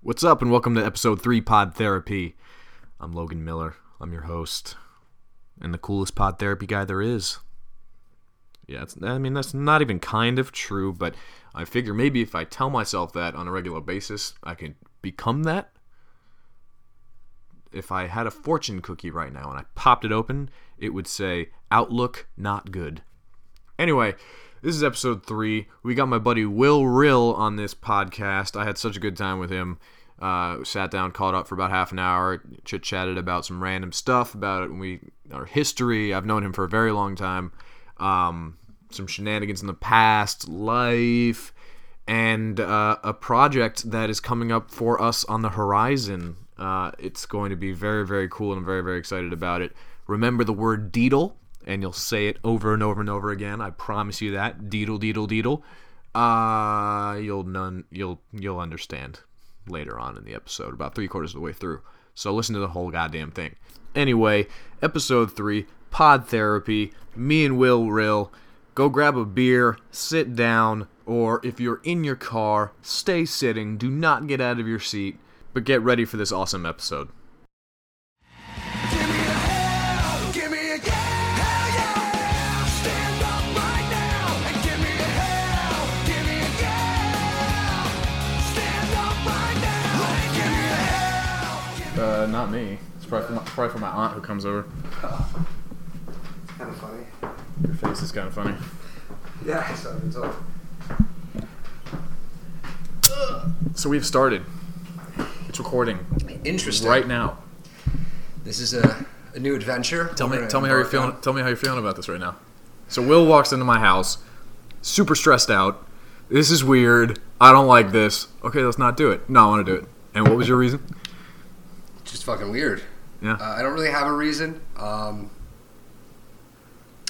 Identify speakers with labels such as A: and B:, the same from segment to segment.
A: What's up, and welcome to episode three, Pod Therapy. I'm Logan Miller. I'm your host, and the coolest pod therapy guy there is. Yeah, it's, I mean that's not even kind of true, but I figure maybe if I tell myself that on a regular basis, I can become that. If I had a fortune cookie right now and I popped it open, it would say "Outlook not good." Anyway, this is episode three. We got my buddy Will Rill on this podcast. I had such a good time with him. Uh, sat down, called up for about half an hour, chit chatted about some random stuff about we our history. I've known him for a very long time. Um, some shenanigans in the past, life, and uh, a project that is coming up for us on the horizon. Uh, it's going to be very, very cool, and I'm very, very excited about it. Remember the word deedle and you'll say it over and over and over again. I promise you that. Deedle deedle deedle. Uh, you'll none you'll you'll understand later on in the episode, about three quarters of the way through. So listen to the whole goddamn thing. Anyway, episode three, pod therapy, me and Will Rill. Go grab a beer, sit down, or if you're in your car, stay sitting. Do not get out of your seat, but get ready for this awesome episode.
B: Give me a hell, give me a hell yeah. Stand up right now and give me a hell, give me a hell. Stand up right now and give me a hell.
A: Uh, not me. It's probably for my, probably for my aunt who comes over.
C: Kind of funny.
A: Your face is kind of funny.
C: Yeah, so I've been told.
A: So we've started. It's recording
C: Interesting.
A: right now.
C: This is a, a new adventure.
A: Tell me,
C: We're
A: tell me how you're
C: embarked
A: feeling.
C: on.
A: Tell me how you're feeling about this right now. So Will walks into my house, super stressed out. This is weird. I don't like this. Okay, let's not do it. No, I want to do it. And what was your reason?
C: Just fucking weird.
A: Yeah.
C: Uh, I don't really have a reason. Um,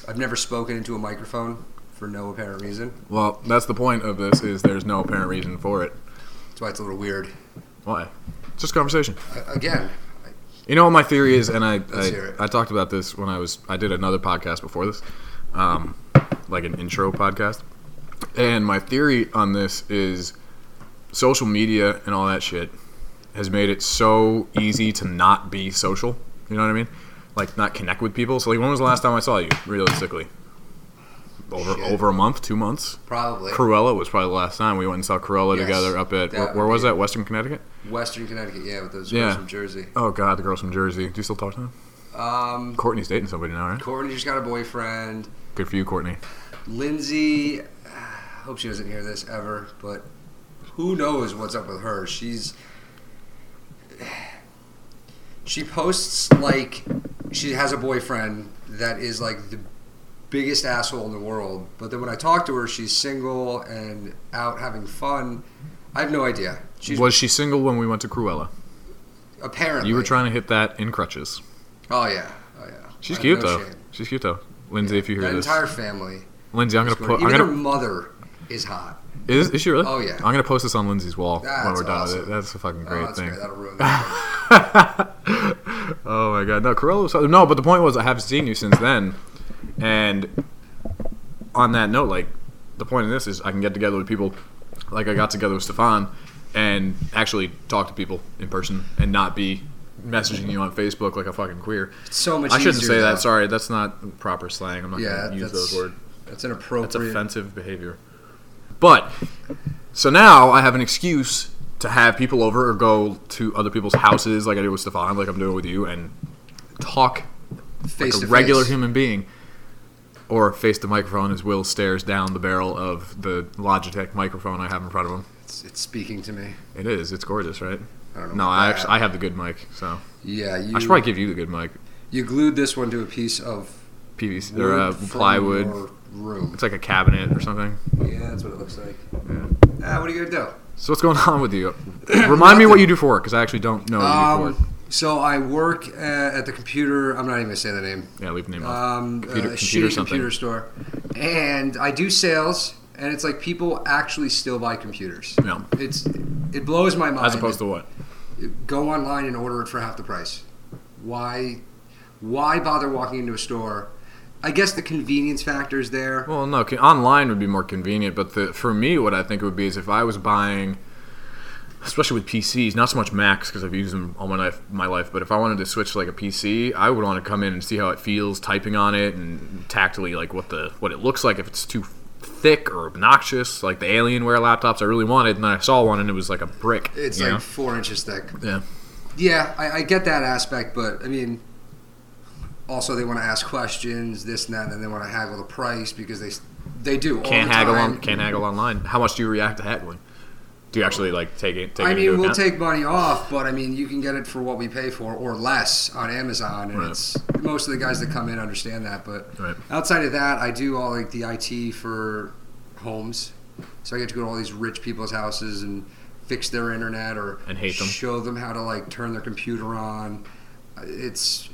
C: I've never spoken into a microphone for no apparent reason.
A: well, that's the point of this. Is there's no apparent reason for it.
C: That's why it's a little weird.
A: Why? It's just conversation.
C: Uh, again, I,
A: You know what my theory is, and I
C: Let's hear
A: I, I
C: it.
A: talked about this when I was I did another podcast before this, um, like an intro podcast, and my theory on this is social media and all that shit has made it so easy to not be social. You know what I mean? Like not connect with people. So like, when was the last time I saw you? Realistically, over
C: Shit.
A: over a month, two months.
C: probably
A: Cruella was probably the last time we went and saw Cruella
C: Yes,
A: together up at
C: that
A: where, where
C: would
A: was
C: be-
A: that? Western Connecticut.
C: Western Connecticut. Yeah, with those
A: Yeah.
C: girls from Jersey.
A: Oh God, the girls from Jersey. Do you still talk to them?
C: Um,
A: Courtney's dating somebody now, right?
C: Courtney just got a boyfriend.
A: Good for you, Courtney.
C: Lindsay, I hope she doesn't hear this ever, but who knows what's up with her? She's. She posts like she has a boyfriend that is like the biggest asshole in the world, but then when I talk to her, she's single and out having fun. I have no idea. She's
A: was she single when we went to Cruella?
C: apparently.
A: You were trying to hit that in crutches.
C: Oh, yeah. Oh, yeah.
A: She's
C: I have
A: cute
C: no
A: though.
C: shame.
A: She's cute though. Lindsay, if you hear
C: That
A: this,
C: entire family.
A: Lindsay, I'm gonna
C: Even
A: put. I'm
C: her
A: gonna.
C: mother is hot.
A: Is, is she really?
C: Oh, yeah.
A: I'm gonna post this on Lindsay's wall when
C: That's
A: we're done with
C: awesome.
A: it. That's a fucking
C: Oh,
A: great
C: that's
A: thing.
C: great. That'll ruin that.
A: oh my god, no, Cruella was no. But the point was, I haven't seen you since then, and on that note, like the point of this is, I can get together with people, like I got together with Stefan, and actually talk to people in person and not be messaging you on Facebook like a fucking queer.
C: so much
A: I shouldn't
C: easier,
A: say that.
C: though.
A: Sorry, that's not proper slang. I'm not
C: Yeah,
A: gonna use
C: that's-
A: those words.
C: That's
A: It's
C: inappropriate.
A: offensive behavior. But so now I have an excuse to have people over or go to other people's houses, like I did with Stefan, like I'm doing with you, and talk
C: Face
A: like a
C: to
A: regular
C: face.
A: human being, or face the microphone as Will stares down the barrel of the Logitech microphone I have in front of him.
C: It's, it's speaking to me.
A: It is. It's gorgeous, right?
C: I don't know.
A: No,
C: about
A: I
C: that.
A: actually I have the good mic, so
C: Yeah, you.
A: I should probably give you the good mic.
C: you glued this one to a piece of
A: PVC
C: wood
A: or uh,
C: from
A: plywood.
C: your room.
A: It's like a cabinet or something.
C: Yeah, that's what it looks like. Ah, what are you gonna do?
A: So what's going on with you? Remind me what you do for work, because I actually don't know what you do for work.
C: Um, so I work uh, at the computer. I'm not even gonna say the name.
A: Yeah, leave the name off.
C: Um,
A: Computer-
C: uh,
A: computer
C: shitty
A: something.
C: computer store, and I do sales. And it's like people actually still buy computers.
A: Yeah.
C: It's it blows my mind.
A: As opposed to what?
C: go online and order it for half the price. Why why bother walking into a store? I guess the convenience factor is there.
A: Well, no, c- online would be more convenient, but the, for me, what I think it would be is if I was buying especially with PCs, not so much Macs because I've used them all my life, my life. But if I wanted to switch to, like a PC, I would want to come in and see how it feels typing on it and tactily like what the what it looks like if it's too thick or obnoxious, like the Alienware laptops I really wanted. And then I saw one and it was like a brick.
C: It's
A: you
C: like
A: know?
C: four inches thick.
A: yeah,
C: Yeah, I, I get that aspect, but I mean, also they want to ask questions, this and that, and then they want to haggle the price because they s- they do all
A: can't
C: the
A: haggle
C: time.
A: on can't haggle online. How much do you react to haggling? Do you actually like take it? Take
C: I
A: it
C: mean,
A: into
C: we'll
A: account?
C: take money off, but I mean, you can get it for what we pay for or less on Amazon, and
A: Right.
C: it's most of the guys that come in understand that. But
A: Right.
C: outside of that, I do all like the IT for homes, so I get to go to all these rich people's houses and fix their internet or
A: And hate them.
C: show them how to like turn their computer on. It's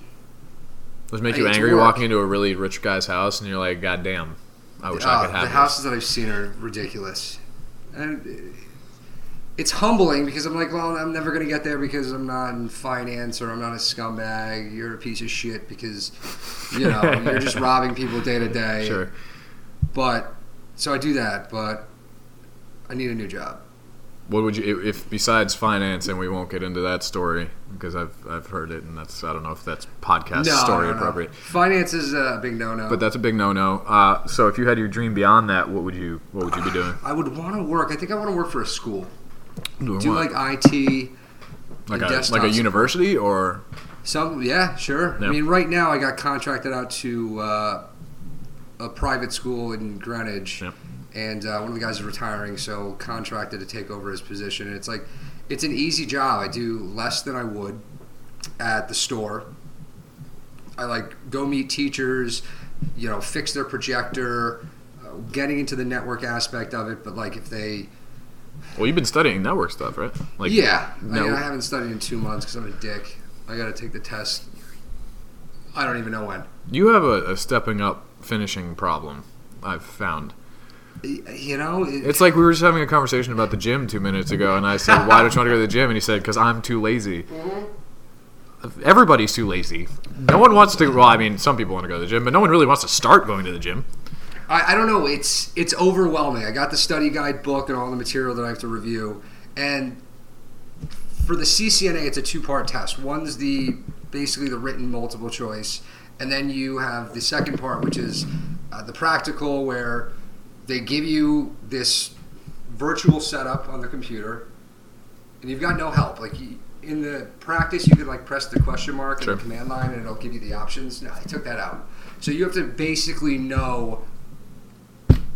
A: Does it make
C: I
A: you
C: hate to
A: angry
C: work.
A: walking into a really rich guy's house and you're like, God damn, I wish I
C: uh,
A: could have
C: the
A: this."
C: houses that I've seen are ridiculous, and it's humbling because I'm like, well, I'm never gonna get there because I'm not in finance or I'm not a scumbag. You're a piece of shit because you know you're just robbing people day to day.
A: Sure.
C: But so I do that, but I need a new job.
A: What would you if- if besides finance and we won't get into that story because I've I've heard it and that's I don't know if that's podcast story appropriate.
C: Finance is a big no-no.
A: But that's a big no-no. Uh, so if you had your dream beyond that, what would you what would you be doing?
C: I would want to work. I think I want to work for a school.
A: Doing
C: Do
A: what?
C: like IT.
A: like
C: the
A: a
C: desktop
A: like a
C: support.
A: university or
C: Some, yeah, sure.
A: Yeah.
C: I mean, right now I got contracted out to uh, a private school in Greenwich,
A: Yeah.
C: and uh, one of the guys is retiring, so contracted to take over his position. And it's like, it's an easy job. I do less than I would at the store. I like go meet teachers, you know, fix their projector, uh, getting into the network aspect of it. But like, if they,
A: well, you've been studying network stuff, right? Like
C: yeah, I,
A: no-
C: mean, I haven't studied in two months because I'm a dick. I got to take the test. I don't even know when.
A: you have a, a stepping up finishing problem. I've found.
C: Y- You know, it,
A: It's like we were just having a conversation about the gym two minutes ago, and I said, "Why don't you want to go to the gym?" And he said, "Because I'm too lazy."
C: Mm-hmm.
A: Everybody's too lazy. No one wants to. Well, I mean, some people want to go to the gym, but no one really wants to start going to the gym.
C: I, I don't know. It's it's overwhelming. I got the study guide book and all the material that I have to review, and for the CCNA, it's a two part test. One's the basically the written multiple choice, and then you have the second part, which is uh, the practical, where they give you this virtual setup on the computer, and you've got no help. Like you, in the practice, you can like press the question mark in
A: Sure.
C: the command line, and it'll give you the options. No, I took that out. So you have to basically know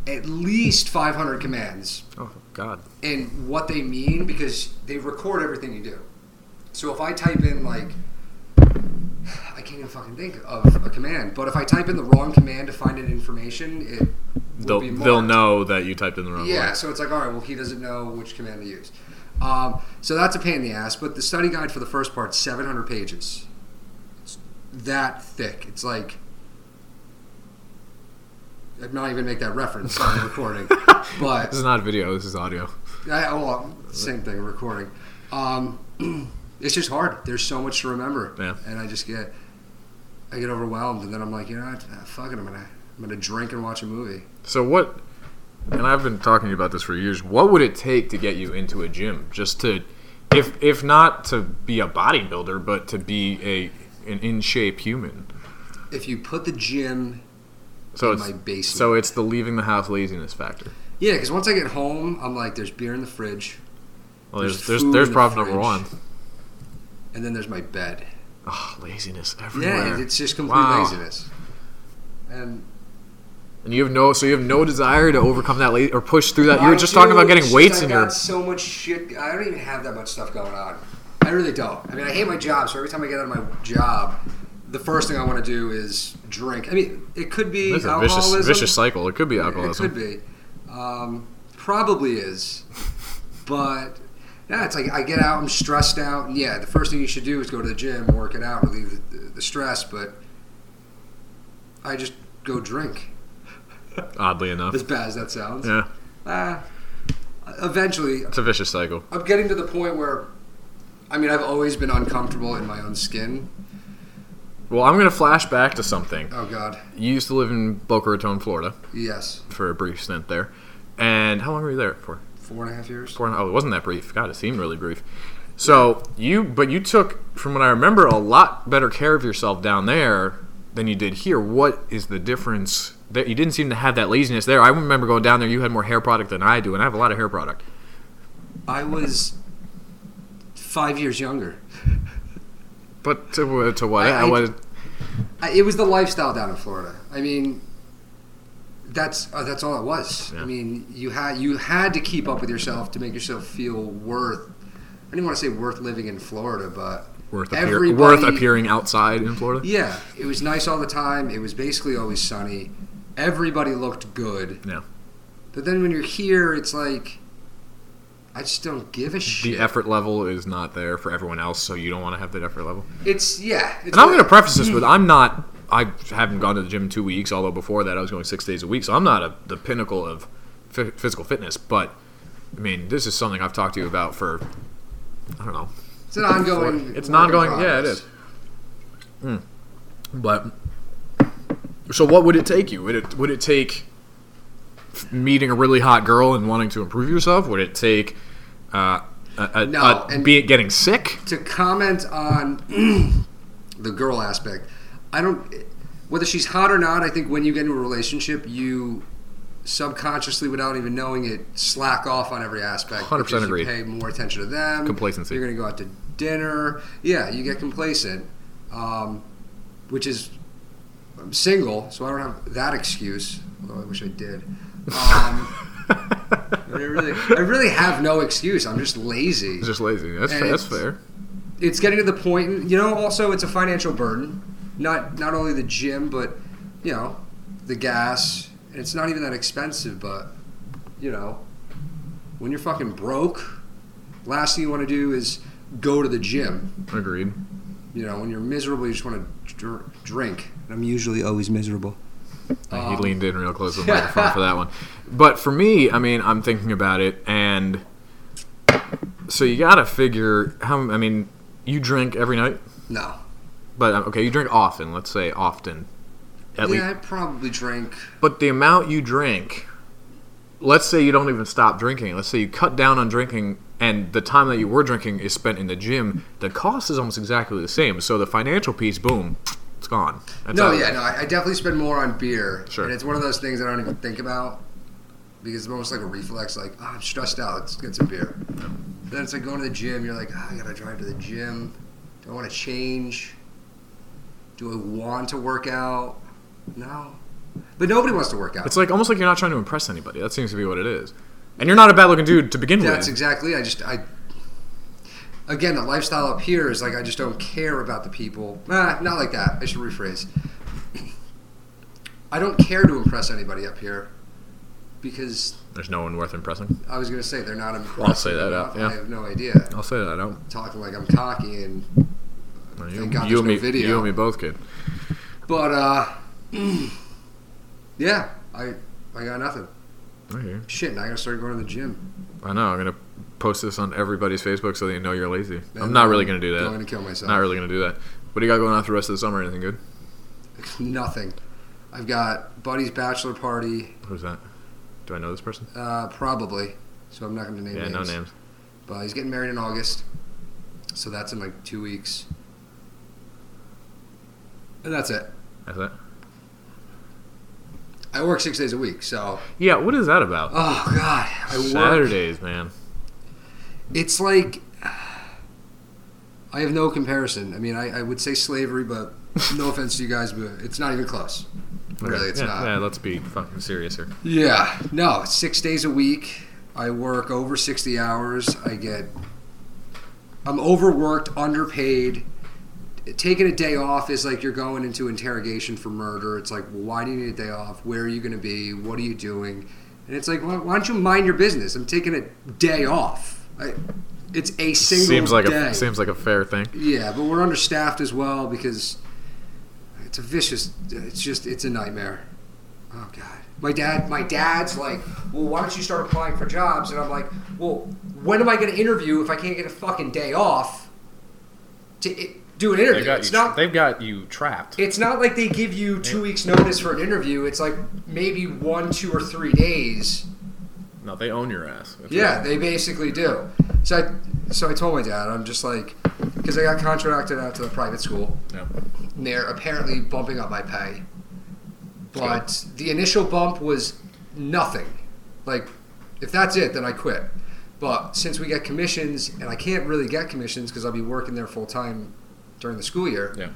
C: at least 500 commands
A: Oh God!
C: and what they mean because they record everything you do. So if I type in like, I can't even fucking think of a command, but if I type in the wrong command to find an information, it
A: They'll
C: will be
A: they'll
C: marked.
A: know that you typed in the wrong
C: Yeah,
A: word.
C: so it's like, all right, well, he doesn't know which command to use. Um, so that's a pain in the ass. But the study guide for the first part, 700 pages. It's that thick. It's like. I'm not even gonna make that reference on the recording, but
A: This is not a video. This is audio.
C: I, oh, well, same thing, recording. Um, it's just hard. There's so much to remember,
A: Yeah.
C: and I just get, I get overwhelmed, and then I'm like, you know, what? Ah, fuck it, I'm gonna, I'm gonna drink and watch a movie.
A: So what? And I've been talking to you about this for years. What would it take to get you into a gym? Just to, if if not to be a bodybuilder, but to be a an in shape human.
C: If you put the gym,
A: So
C: in
A: it's
C: my basement.
A: so it's the leaving the house laziness factor.
C: yeah, because once I get home, I'm like, there's beer in the fridge,
A: Well, there's there's
C: There's food
A: there's,
C: in the
A: problem number
C: fridge.
A: one.
C: and then there's my bed.
A: Oh, laziness everywhere.
C: Yeah, it's just complete
A: Wow.
C: laziness. And
A: and you have no so you have no desire to overcome that la- or push through that. You
C: I
A: were just talking
C: do,
A: about
C: it's
A: getting
C: just
A: weights
C: I
A: in
C: got
A: your.
C: so much shit. I don't even have that much stuff going on. I really don't. I mean, I hate my job, so every time I get out of my job, the first thing I want to do is drink. I mean, it could be
A: That's a vicious
C: alcoholism.
A: vicious cycle. It could be
C: It
A: alcoholism.
C: could be. Um, probably is, but. Yeah, it's like I get out, I'm stressed out, and yeah, the first thing you should do is go to the gym, work it out, relieve the, the stress. But I just go drink,
A: Oddly enough,
C: as bad as that sounds.
A: yeah,
C: Ah, eventually,
A: it's a vicious cycle.
C: I'm getting to the point where, I mean, I've always been uncomfortable in my own skin.
A: Well, I'm gonna flash back to something.
C: Oh God,
A: You used to live in Boca Raton, Florida,
C: yes,
A: for a brief stint there. And how long were you there for?
C: four and a half years.
A: Four and- oh, it wasn't that brief. God, it seemed really brief. So you, but you took, from what I remember, a lot better care of yourself down there than you did here. What is the difference? That you didn't seem to have that laziness there. I remember going down there. You had more hair product than I do, and I have a lot of hair product.
C: I was five years younger.
A: But to, to what?
C: I- I-
A: was,
C: I- It was the lifestyle down in Florida. I mean, that's uh, that's all it was.
A: Yeah.
C: I mean, you had you had to keep up with yourself to make yourself feel worth. I didn't want to say worth living in Florida, but
A: worth, appear,
C: everybody-
A: worth appearing outside in Florida.
C: Yeah, it was nice all the time. It was basically always sunny. Everybody looked good.
A: Yeah.
C: But then when you're here, it's like I just don't give a shit.
A: The effort level is not there for everyone else, so you don't want to have that effort level.
C: It's yeah. It's
A: And I'm going to preface this with I'm not, I haven't gone to the gym in two weeks, although before that I was going six days a week. So I'm not a, the pinnacle of f- physical fitness. But, I mean, this is something I've talked to you about for, I don't know.
C: It's an ongoing.
A: It's an
C: work in
A: ongoing, yeah, it
C: progress.
A: is. Mm. But, so what would it take you? Would it, would it take meeting a really hot girl and wanting to improve yourself? Would it take, uh, a, a,
C: No,
A: a,
C: and-
A: be getting sick?
C: to comment on the girl aspect, I don't whether she's hot or not. I think when you get into a relationship, you subconsciously, without even knowing it, slack off on every aspect.
A: 100%
C: because you
A: agreed.
C: Pay more attention to them.
A: Complacency.
C: You're going to go out to dinner. Yeah, you get complacent, um, which is I'm single, so I don't have that excuse. Although I wish I did. Um, I really, I really have no excuse. I'm just lazy.
A: It's just lazy. That's,
C: And
A: fair. that's
C: it's-
A: fair.
C: it's getting to the point you know also it's a financial burden not not only the gym but you know the gas and it's not even that expensive but you know when you're fucking broke last thing you want to do is go to the gym
A: Agreed.
C: you know when you're miserable you just want to dr- drink and i'm usually always miserable
A: he
C: Um,
A: leaned in real close to the microphone for that one. But for me, I mean, I'm thinking about it, and so you gotta figure how. I mean, you drink every night,
C: no
A: but um, okay, you drink often. Let's say often, at
C: yeah
A: least.
C: i probably drink
A: But the amount you drink, let's say you don't even stop drinking. Let's say you cut down on drinking, and the time that you were drinking is spent in the gym. The cost is almost exactly the same. So the financial piece, boom, it's gone. That's
C: No,
A: out of
C: yeah,
A: it.
C: no. I I definitely spend more on beer.
A: Sure.
C: And it's one of those things I don't even think about because it's almost like a reflex. Like, oh, I'm stressed out. Let's get some beer. Then it's like going to the gym. You're like, oh, I gotta drive to the gym. Do I want to change? Do I want to work out? No. But nobody wants to work out.
A: It's like almost like you're not trying to impress anybody. That seems to be what it is. And you're not a bad looking dude to begin
C: That's
A: with.
C: exactly. I just I. Again, the lifestyle up here is like I just don't care about the people. Nah, not like that. I should rephrase. I don't care to impress anybody up here because
A: There's no one worth impressing.
C: I was going to say they're not impressive.
A: I'll say that out,
C: enough.
A: yeah.
C: I have no idea.
A: I'll say that. I don't.
C: Talking like I'm cocky and
A: You,
C: Thank
A: you and
C: God there's no
A: me,
C: video.
A: you and me both, kid.
C: but uh, yeah, I I got nothing.
A: I hear you.
C: Shit, now I gotta start going to the gym.
A: I know. I'm gonna post this on everybody's Facebook so they know you're lazy. I'm
C: And
A: not really gonna do that.
C: I'm gonna kill myself.
A: Not really gonna do that. What do you got going on for the rest of the summer? Anything good?
C: Nothing. I've got buddy's bachelor party.
A: Who's that? Do I know this person?
C: Uh, probably. So I'm not going to name
A: yeah,
C: names.
A: no names.
C: But he's getting married in August, so that's in like two weeks. And that's it.
A: That's that.
C: I work six days a week, so
A: Yeah. What is that about?
C: oh god, I work.
A: Saturdays, man.
C: It's like I have no comparison. I mean, I, I would say slavery, but no offense to you guys, but it's not even close. Really, it's
A: yeah,
C: not.
A: yeah, let's be fucking serious here.
C: Yeah, no, it's six days a week. I work over 60 hours. I get, I'm overworked, underpaid. Taking a day off is like you're going into interrogation for murder. It's like, well, why do you need a day off? Where are you going to be? What are you doing? And it's like, why, why don't you mind your business? I'm taking a day off. I, it's a single
A: Seems like
C: day.
A: a seems like a fair thing.
C: Yeah, but we're understaffed as well because it's a vicious. It's just it's a nightmare. Oh God, my dad. My dad's like, well, why don't you start applying for jobs? And I'm like, well, when am I going to interview if I can't get a fucking day off to i- do an interview? It's not.
A: they've got you trapped.
C: It's not like they give you two weeks notice for an interview. It's like maybe one, two, or three days.
A: No, they own your ass. That's
C: Yeah, they basically do. So I, so I told my dad, I'm just like, because I got contracted out to a private school.
A: right.
C: And they're apparently bumping up my pay, but the initial bump was nothing. Like, if that's it, then I quit. But since we get commissions, and I can't really get commissions because I'll be working there full time during the school year.
A: Yeah.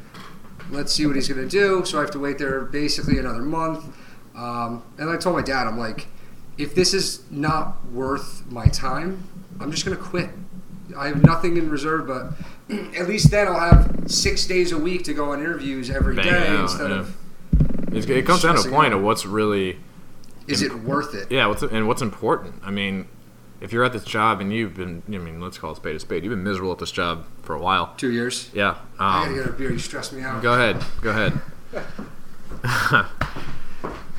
C: Let's see what he's gonna do. So I have to wait there basically another month. Um, and I told my dad, I'm like, if this is not worth my time, I'm just gonna quit. I have nothing in reserve, but at least then I'll have six days a week to go on interviews every day
A: Bang it out,
C: instead
A: yeah.
C: of
A: It's- it comes down to a
C: Stressing
A: point
C: out.
A: of what's really
C: is it worth it?
A: Yeah, what's and what's important? I mean, if you're at this job and you've been, I mean, let's call a spade a spade. You've been miserable at this job for a while.
C: Two years.
A: Yeah.
C: I gotta
A: Um,
C: get a beer. You stress me out.
A: go ahead. Go ahead.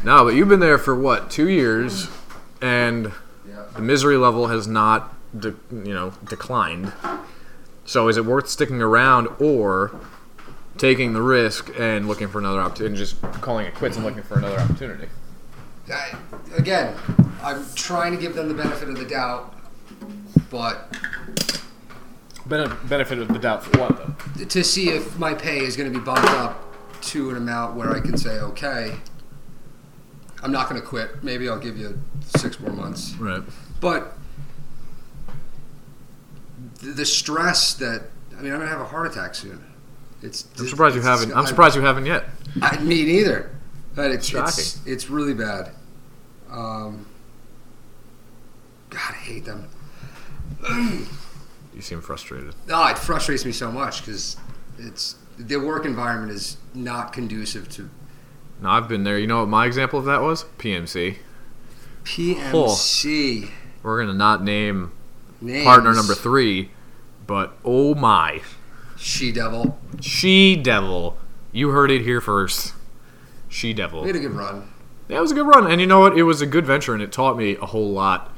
A: no, but you've been there for what two years, and
C: Yeah.
A: the misery level has not, de- you know, declined. So is it worth sticking around or taking the risk and looking for another opportunity, and just calling it quits and looking for another opportunity?
C: I, again, I'm trying to give them the benefit of the doubt, but
A: Bene- benefit of the doubt for what though?
C: to see if my pay is going to be bumped up to an amount where I can say, okay, I'm not going to quit. Maybe I'll give you six more months.
A: Right.
C: But th- the stress that I mean, I'm going to have a heart attack soon. It's.
A: I'm surprised you
C: it's-
A: haven't. I'm
C: I-
A: surprised you haven't yet.
C: I, me neither. But it's
A: Shocking.
C: it's, it's really bad. Um, God, I hate them.
A: You seem frustrated.
C: Oh, it frustrates me so much because it's the work environment is not conducive to
A: No, I've been there. You know what my example of that was? PMC.
C: PMC.
A: We're gonna not name
C: Names.
A: partner number three, but oh my,
C: She devil.
A: she devil! You heard it here first. She
C: We
A: devil.
C: had a good run.
A: That was a good run, and you know what? It was a good venture, and it taught me a whole lot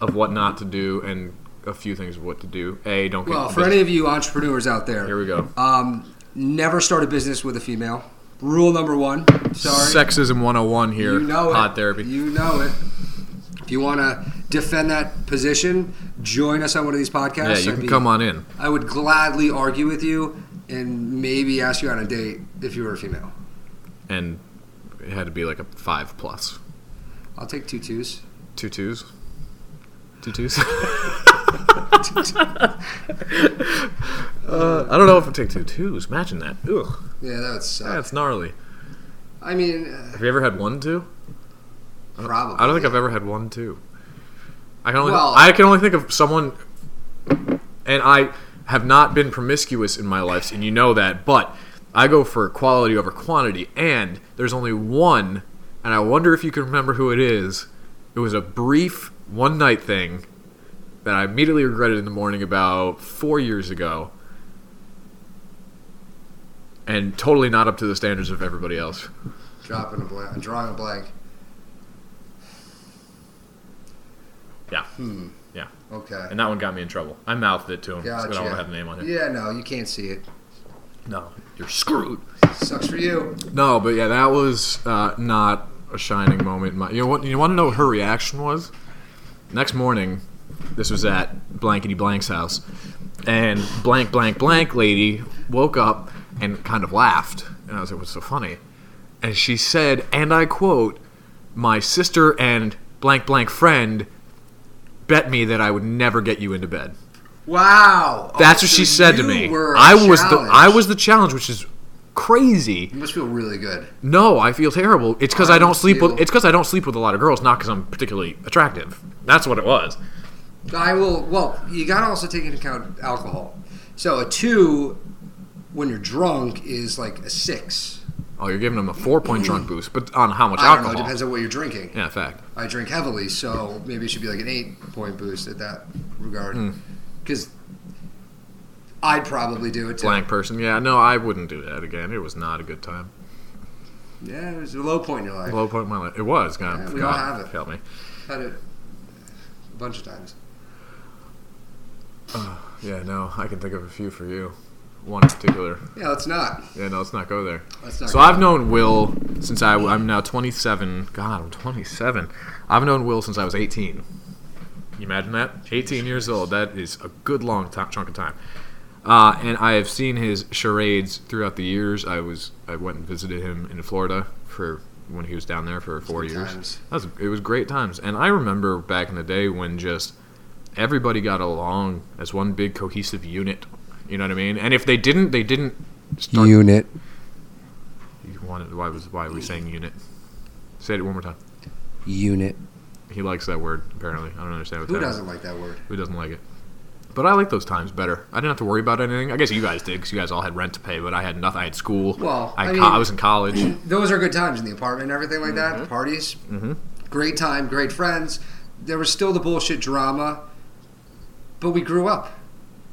A: of what not to do and a few things of what to do. A, don't get
C: Well, for any of you entrepreneurs out there,
A: Here we go.
C: Um, never start a business with a female. Rule number one. Sorry.
A: Sexism 101 here.
C: You know it.
A: Pot therapy.
C: You know it. If you want to defend that position, join us on one of these podcasts.
A: yeah, you
C: I'd
A: can
C: be-
A: come on in.
C: I would gladly argue with you and maybe ask you on a date if you were a female.
A: And it had to be like a five plus.
C: I'll take two twos.
A: Two twos. Two twos. uh, I don't know if I take two twos. Imagine that. Ugh,
C: Yeah, that's. Uh,
A: that's gnarly.
C: I mean, uh,
A: Have you ever had one two?
C: probably.
A: I don't think I've ever had one two. I can only
C: Well-
A: I can only think of someone, and I have not been promiscuous in my life, and you know that. But I go for quality over quantity, and there's only one, and I wonder if you can remember who it is. It was a brief one night thing that I immediately regretted in the morning about four years ago. And totally not up to the standards of everybody else.
C: Dropping a blank. Drawing a blank.
A: Yeah. Yeah.
C: Okay.
A: And that one got me in trouble. I mouthed it to him because I
C: Gotcha.
A: don't want to have the name on it.
C: Yeah, no, you can't see it.
A: No, you're screwed.
C: Sucks for you.
A: No, but yeah, that was uh, not a shining moment. In my, you know what? You want to know what her reaction was? Next morning, this was at blankety blank's house, and blank blank blank lady woke up and kind of laughed, and I was like, "What's so funny?" And she said, and I quote, "My sister and blank blank friend." Bet me that I would never get you into bed.
C: Wow.
A: That's
C: Oh,
A: what
C: so
A: she said to
C: you
A: me.
C: were
A: I was the I
C: challenged.
A: was the challenge, which is crazy.
C: You must feel really good.
A: No, I feel terrible. It's because I,
C: I
A: don't
C: would
A: sleep
C: feel-
A: with. It's because I don't sleep with a lot of girls, not because I'm particularly attractive. That's what it was.
C: I will. Well, you gotta also take into account alcohol. So a two, when you're drunk, is like a six.
A: Oh, you're giving them a four point drunk boost, but on how much
C: Hmm. I don't know.
A: alcohol?
C: It depends on what you're drinking.
A: yeah, fact.
C: I drink heavily, so maybe it should be like an eight point boost at that regard.
A: Hmm.
C: Because I'd probably do it too.
A: Blank person. Yeah, no, I wouldn't do that again. It was not a good time.
C: Yeah, it was a low point in your life.
A: Low point in my life. It was. God,
C: Yeah, we
A: God,
C: all have it.
A: Help me.
C: Had it a bunch of times.
A: Yeah, no, I can think of a few for you. One in particular.
C: Yeah, let's not.
A: Yeah, no, let's not go there.
C: Let's not.
A: So I've known Will since I, I'm now 27. God, I'm 27. I've known Will since I was 18. You imagine that? 18 years old. That is a good long time, chunk of time. Uh, and I have seen his charades throughout the years. I was I went and visited him in Florida for when he was down there for four
C: Good
A: years.
C: times.
A: That was, it was great times. And I remember back in the day when just everybody got along as one big cohesive unit. You know what I mean? And if they didn't, they didn't start.
C: Unit.
A: You wanted, why was why are we saying unit? Say it one more time.
C: Unit.
A: He likes that word apparently. I don't understand what
C: Who
A: that
C: doesn't like that word?
A: Who doesn't like it? But I like those times better. I didn't have to worry about anything. I guess you guys did because you guys all had rent to pay, but I had nothing. I had school.
C: Well,
A: I,
C: I
A: co-
C: mean-
A: I was in college.
C: Those are good times in the apartment and everything like that. Parties.
A: Mhm.
C: Great time, great friends. There was still the bullshit drama, but we grew up.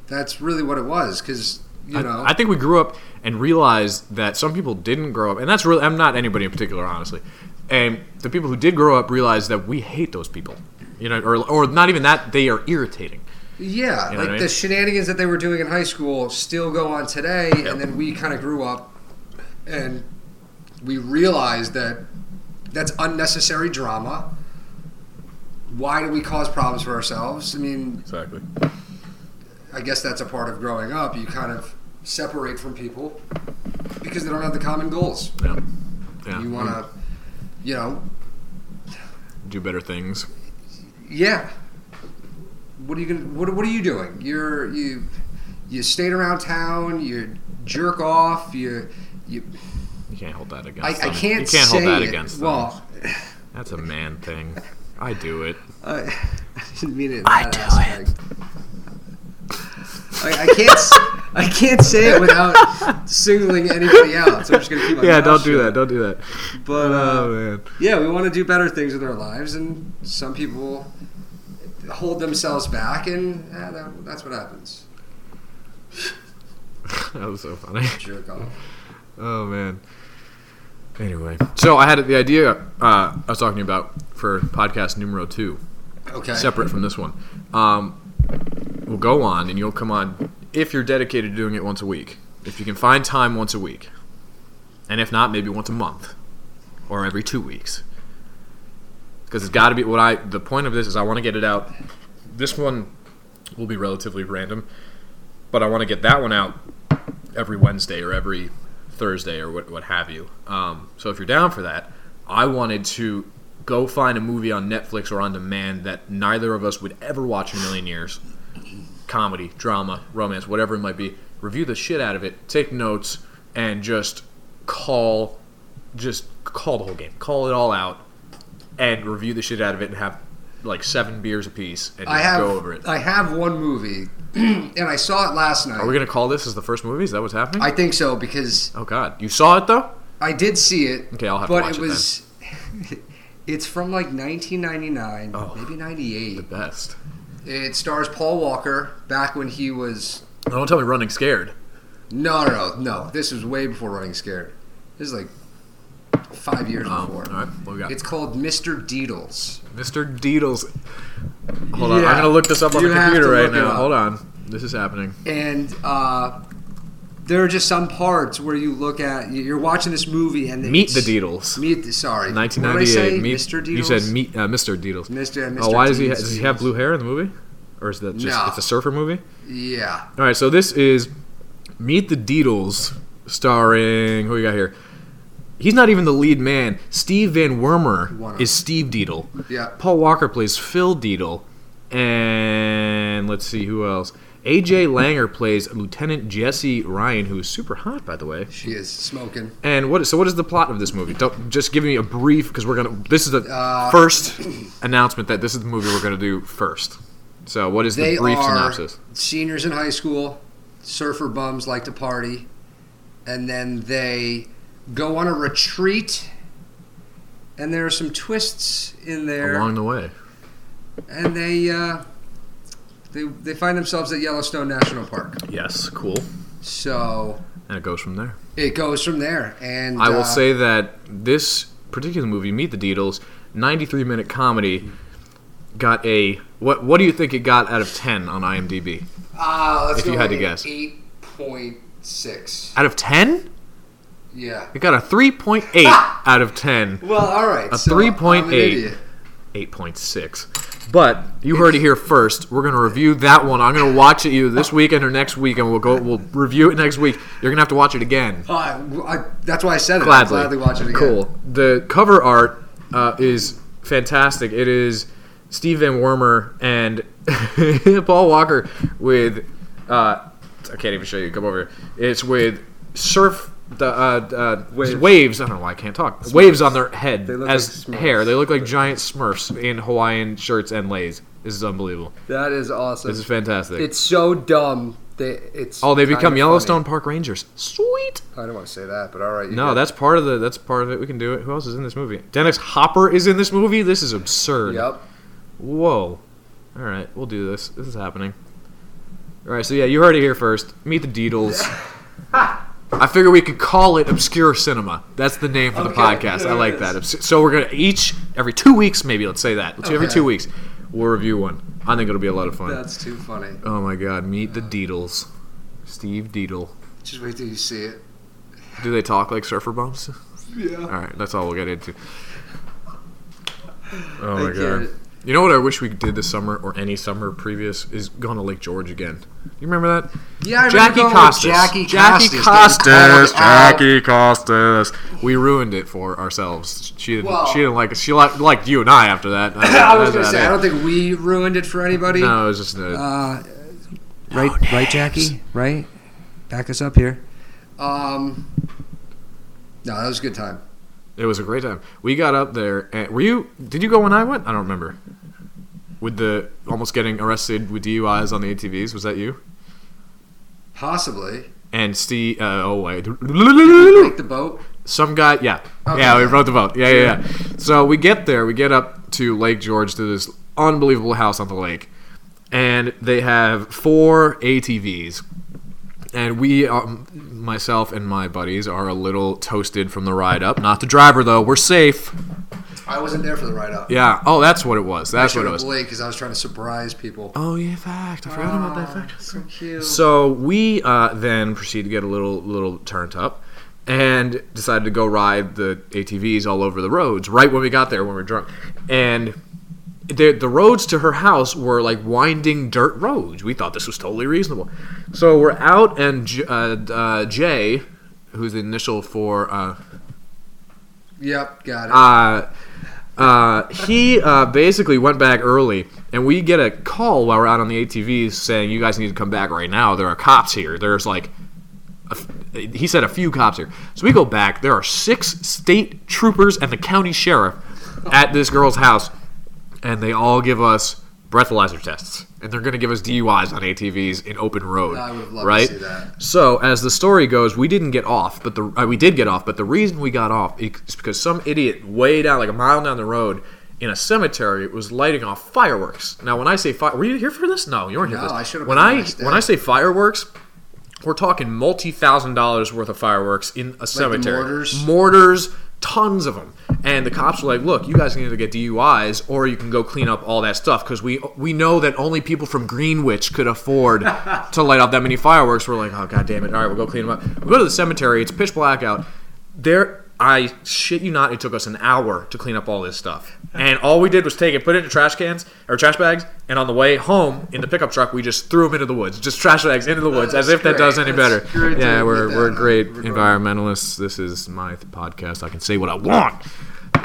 C: That's really what it was because, you
A: I-
C: know.
A: I, think we grew up and realized that some people didn't grow up, and that's really I'm not anybody in particular, honestly. And the people who did grow up realized that we hate those people, you know, or or not even that they are irritating.
C: Yeah,
A: You know
C: like
A: what I
C: the
A: mean?
C: shenanigans that they were doing in high school still go on today, and then we kind of grew up and we realized that that's unnecessary drama. Why do we cause problems for ourselves? I mean,
A: Exactly.
C: I guess that's a part of growing up. You kind of separate from people because they don't have the common goals.
A: Yeah. Yeah.
C: You want to, you know,
A: do better things.
C: Yeah. What are you gonna, what, what are you doing? You're you you stayed around town. You jerk off. You you.
A: You can't hold that against.
C: I, I
A: them.
C: can't.
A: You can't
C: say
A: hold that
C: it.
A: against. them.
C: Well,
A: that's a man thing. I do it.
C: I, I didn't mean it. in that aspect. I, I can't. s- I can't say it without singling anybody out. So I'm just gonna keep my
A: Yeah,
C: mouth
A: don't do
C: shut.
A: that. Don't do that.
C: But uh,
A: Oh man.
C: yeah, we want to do better things with our lives, and some people hold themselves back, and eh, that, that's what happens.
A: That was so funny.
C: Jerk off.
A: Oh man. Anyway, so I had the idea uh, I was talking about for podcast numero two,
C: Okay.
A: separate from this one. Um, we'll go on, and you'll come on if you're dedicated to doing it once a week. If you can find time once a week, and if not, maybe once a month, or every two weeks. Because it's got to be what I. The point of this is I want to get it out. This one will be relatively random, but I want to get that one out every Wednesday or every Thursday or what, what have you. Um, so if you're down for that, I wanted to go find a movie on Netflix or on demand that neither of us would ever watch in a million years comedy, drama, romance, whatever it might be. Review the shit out of it, take notes, and just call, just call the whole game, call it all out, and review the shit out of it, and have like seven beers apiece, and
C: I
A: just
C: have
A: go over it.
C: I have one movie, and I saw it last night.
A: Are we gonna call this as the first movie? Is that what's happening?
C: I think so because
A: oh God, you saw it though.
C: I did see it.
A: Okay, I'll have to
C: but
A: watch
C: it
A: it
C: was. it's from like 1999,
A: Oh.
C: maybe 98.
A: The best.
C: It stars Paul Walker back when he was.
A: Oh, Don't tell me running scared.
C: No, no, no, no. This was way before Running Scared. This is like five years
A: Um,
C: before.
A: all right, what we got?
C: It's called Mr. Deedles.
A: Mr. Deedles. Hold on,
C: Yeah.
A: I'm gonna look this up on
C: You
A: the
C: have
A: computer
C: to
A: right
C: look it
A: now.
C: up.
A: Hold on, this is happening.
C: and uh, there are just some parts where you look at you're watching this movie and
A: Meet the
C: it's-
A: Deedles.
C: Meet the sorry, What did I
A: 1998.
C: say?
A: Meet-
C: Mr. Deedles.
A: You said meet, uh, Mr. Deedles.
C: Mr. and Mr.
A: Oh, why does he ha-
C: Deedles.
A: does he have blue hair in the movie, or is that just
C: No.
A: it's a surfer movie?
C: Yeah,
A: All right, so this is Meet the Deedles, starring who we got here. He's not even the lead man. Steve Van
C: One
A: Wormer
C: of
A: is Steve Deedle.
C: Yeah.
A: Paul Walker plays Phil Deedle, and let's see who else. AJ Langer plays Lieutenant Jesse Ryan, who is super hot, by the way.
C: she is smoking.
A: And what? So what is the plot of this movie? Don't, just give me a brief, because we're gonna. This is the
C: Uh,
A: first announcement that this is the movie we're gonna do first. So what is
C: They
A: the brief
C: are
A: synopsis?
C: seniors in high school. Surfer bums like to party, and then they go on a retreat. And there are some twists in there.
A: Along the way.
C: and they uh, they they find themselves at Yellowstone National Park.
A: Yes. Cool.
C: So
A: And it goes from there.
C: it goes from there. And
A: I will
C: uh,
A: say that this particular movie, Meet the Deedles, 93 minute comedy, got a what? What do you think it got out of 10 on IMDb?
C: uh, let's
A: if
C: go
A: you had
C: with
A: to guess.
C: eight point six.
A: Out of 10,
C: Yeah.
A: it got a 3.8 out of 10,
C: Well, all right.
A: A
C: so I'm an
A: 3.8.
C: idiot.
A: 8.6. But you heard it here first. We're gonna review that one. I'm gonna watch it either this weekend or next week, and we'll go. We'll review it next week. You're gonna have to watch it again.
C: Uh, I, that's why I said it. I'll
A: Gladly,
C: gladly watch it again.
A: Cool. The cover art uh, is fantastic. It is Steve Van Wormer and Paul Walker with. Uh, I can't even show you. Come over. here. It's with surf. The uh, uh, waves. I don't know why I can't talk. Waves on their head
C: They look
A: as
C: like Smurfs.
A: hair. They look like giant Smurfs in Hawaiian shirts and lays. This is unbelievable.
C: That is awesome.
A: This is fantastic.
C: It's so dumb. They, it's
A: oh, they
C: kinda
A: become
C: funny.
A: Yellowstone Park Rangers. Sweet.
C: I don't want to say that, but all right. you
A: No,
C: can.
A: that's part of the. That's part of it. We can do it. Who else is in this movie? Dennis Hopper is in this movie. This is absurd.
C: Yep.
A: Whoa. All right, we'll do this. This is happening. All right, so yeah, you heard it here first. Meet the Deedles. I figure we could call it obscure cinema. That's the name for the
C: Okay,
A: podcast.
C: there
A: I
C: it
A: like
C: is.
A: that. Obs- So we're gonna each every two weeks, maybe. Let's say that. Let's do every
C: Okay.
A: two weeks. We'll review one. I think it'll be a lot of fun.
C: That's too funny.
A: oh my God, meet the Deedles. Steve Deedle.
C: Just wait till you see it.
A: Do they talk like surfer bumps?
C: Yeah.
A: All right, that's all we'll get into. Oh
C: I
A: my
C: get
A: god!
C: it.
A: You know what I wish we did this summer or any summer previous is gone to Lake George again. You remember that?
C: Yeah, I remember
A: Jackie
C: going with
A: Costas.
C: Jackie Costas. They
A: Costas.
C: called out.
A: Jackie Costas. We ruined it for ourselves. She didn't.
C: Well-
A: she didn't like us. She li- liked you and I after that.
C: I was gonna
A: That's
C: say I
A: about
C: don't think we ruined it for
A: it.
C: anybody.
A: No, it was just a,
C: Uh, right, right, Jackie. Right. Back us up here. Um. No, that was a good time.
A: it was a great time. We got up there. And, were you? Did you go when I went? I don't remember. With the almost getting arrested with DUIs on the ATVs, was that you?
C: Possibly.
A: and Steve. Uh, oh wait,
C: Break the boat.
A: some guy. Yeah,
C: Okay.
A: yeah, we wrote the vote. Yeah, yeah, yeah. So we get there. We get up to Lake George to this unbelievable house on the lake, and they have four ATVs. And we, um, myself and my buddies, are a little toasted from the ride up. Not the driver though. We're safe.
C: I wasn't there for the ride up.
A: Yeah. Oh, that's what it was.
C: I
A: That's
C: should
A: what it
C: have
A: was.
C: Blake because I was trying to surprise people.
A: Oh yeah, fact. I forgot about that fact.
C: Ah, so cute.
A: So we uh, then proceed to get a little little turned up, and decided to go ride the ATVs all over the roads. Right when we got there, when we were drunk, and the the roads to her house were like winding dirt roads. We thought this was totally reasonable. So we're out, and J- uh, uh, Jay, who's the initial for. Uh,
C: Yep, got it.
A: uh, uh, he uh, basically went back early, and we get a call while we're out on the ATVs saying, "You guys need to come back right now. There are cops here. There's like." a f- He said a few cops here. So we go back. There are six state troopers and the county sheriff at this girl's house, and they all give us breathalyzer tests. And they're going to give us DUIs on ATVs in open road.
C: I would've loved to
A: right?
C: see that.
A: So, as the story goes, we didn't get off, but the uh, we did get off. But the reason we got off is because some idiot way down, like a mile down the road, in a cemetery, was lighting off fireworks. Now, when I say fire, were you here for this? No, you weren't here. for
C: No,
A: this.
C: I should've
A: When
C: been
A: I
C: last day.
A: when I say fireworks, we're talking multi thousand dollars worth of fireworks in a cemetery.
C: mortars?
A: Mortars, tons of them. And the cops were like, "Look, you guys can either get DUIs or you can go clean up all that stuff because we we know that only people from Greenwich could afford to light off that many fireworks." We're like, "Oh god damn it! All right, we'll go clean them up." We go to the cemetery. It's pitch black out. There, I shit you not, it took us an hour to clean up all this stuff. And all we did was take it, put it into trash cans or trash bags, and on the way home in the pickup truck, we just threw them into the woods. Just trash bags into the woods, as
C: that's
A: if that does
C: great.
A: any
C: That's
A: better.
C: great to
A: Yeah,
C: admit
A: we're,
C: that.
A: we're great
C: We're
A: environmentalists. This is my th- podcast. I can say what I want.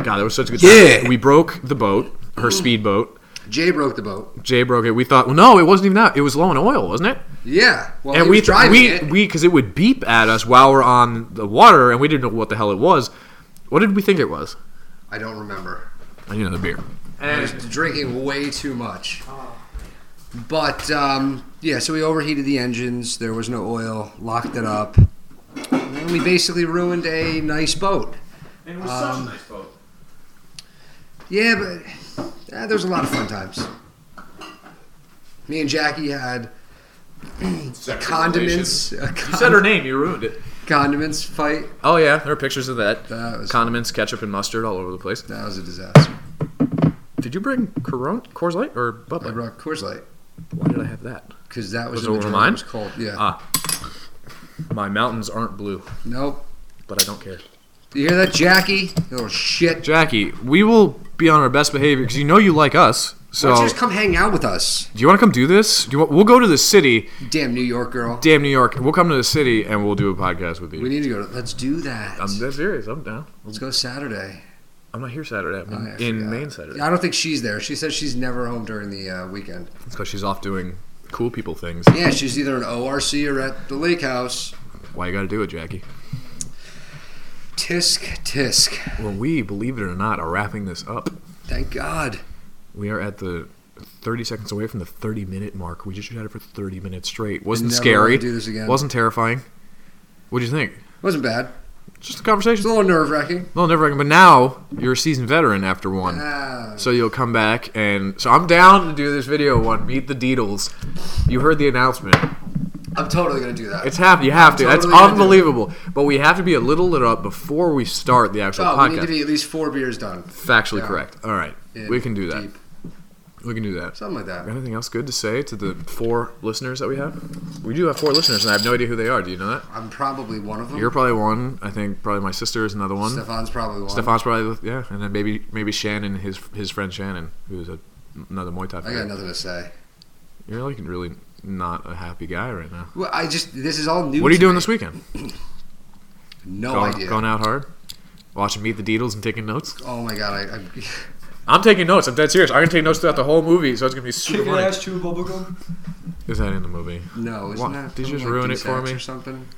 A: God, that was such a good
C: Yeah.
A: We broke the boat, her speedboat.
C: Jay broke the boat.
A: Jay broke it. We thought, well, no, it wasn't even that. It was low in oil, wasn't it?
C: Yeah. Well,
A: and
C: he
A: we
C: was driving
A: we
C: it.
A: we because it would beep at us while we're on the water, and we didn't know what the hell it was. What did we think it was?
C: I don't remember.
A: I need another beer.
C: I was drinking way too much.
A: Oh.
C: But um, yeah, so we overheated the engines. There was no oil. Locked it up. And then we basically ruined a nice boat.
A: And it was such a nice boat.
C: Yeah, but eh, there's a lot of fun times. Me and Jackie had Um, condiments. A
A: You said her
C: con-
A: name. You ruined it.
C: condiments fight.
A: Oh yeah, there are pictures of that.
C: That was-
A: Condiments, ketchup, and mustard all over the place.
C: That was a disaster.
A: Did you bring Corona, Coors Light, or Bud
C: I
A: Light?
C: brought Coors Light
A: Why did I have that?
C: because that was,
A: Was it
C: when
A: over
C: the
A: mine?
C: mine? was cold. Yeah.
A: Ah. My mountains aren't blue,
C: Nope.
A: but I don't care.
C: You hear that, Jackie? You little Oh, shit.
A: Jackie, we will be on our best behavior because you know you like us. So
C: Why don't you just come hang out with us?
A: do you want to come do this? Do you want, we'll go to the city,
C: Damn New York girl.
A: damn New York. We'll come to the city and we'll do a podcast with you.
C: We need to go. To, let's do that.
A: I'm dead serious. I'm down.
C: Let's go Saturday.
A: I'm not here Saturday. I'm
C: Oh,
A: in,
C: yeah, I
A: in
C: forgot.
A: Maine Saturday.
C: I don't think she's there. She says she's never home during the uh, weekend.
A: because she's off doing cool people things.
C: Yeah, she's either in ORC or at the lake house.
A: Why you gotta do it, Jackie?
C: Tisk, tisk.
A: Well, we, believe it or not, are wrapping this up.
C: Thank God.
A: We are at the 30 seconds away from the 30 minute mark. We just had it for 30 minutes straight. Wasn't
C: Never
A: scary.
C: wanna do this again.
A: Wasn't terrifying. What'd you think?
C: Wasn't bad.
A: Just a
C: It's a
A: conversation.
C: little nerve wracking.
A: Well, never again. But now you're a seasoned veteran after one.
C: Ah,
A: So you'll come back and so I'm down to do this video one. Meet the Deedles. You heard the announcement.
C: I'm totally gonna do that.
A: It's happening. You have to.
C: Totally
A: That's
C: gonna do it.
A: unbelievable. But we have to be a little lit up before we start the actual
C: oh,
A: podcast.
C: we need to be at least four beers done.
A: Factually
C: Yeah.
A: correct. All right,
C: Yeah,
A: we can do that.
C: deep.
A: We can do that.
C: Something like that.
A: Anything else good to say to the four listeners that we have? We do have four listeners, and I have no idea who they are. Do you know that?
C: I'm probably one of them.
A: You're probably one. I think probably my sister is another one.
C: Stefan's probably one.
A: Stefan's probably the- yeah, and then maybe maybe Shannon, his his friend Shannon, who's a, another Muay Thai.
C: I got
A: Fighter.
C: nothing to say.
A: You're like really not a happy guy right now.
C: Well, I just this is all new.
A: What are you
C: to
A: doing
C: me.
A: this weekend?
C: No
A: going,
C: idea.
A: going out hard, watching Meet the Deedles and taking notes.
C: Oh my god! I, I,
A: I'm taking notes. I'm dead serious. I'm gonna take notes throughout the whole movie, so it's gonna be super
D: Chicken
A: funny.
D: ass chew bubblegum.
A: Is that in the movie?
C: no, isn't
A: Why-
C: that
A: did you
C: from,
A: just
C: like,
A: ruin it for
C: Deus Ex
A: me?
C: Or something.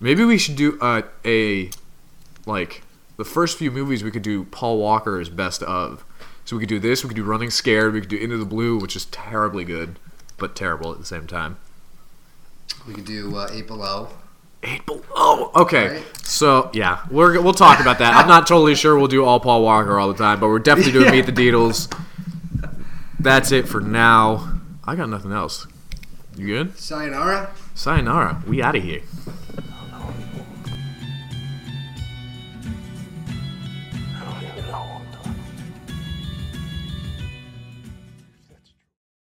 A: Maybe we should do uh, a like the first few movies we could do Paul Walker's best of. So we could do this, we could do Running Scared, we could do Into the Blue, which is terribly good, but terrible at the same time.
C: We could do uh, eight below.
A: Eight Below. Okay,
C: Right.
A: so yeah, we're we'll talk about that. I'm not totally sure we'll do all Paul Walker all the time, but we're definitely doing Meet the Deedles. That's it for now. I got nothing else. You good?
C: Sayonara.
A: Sayonara. We out of here.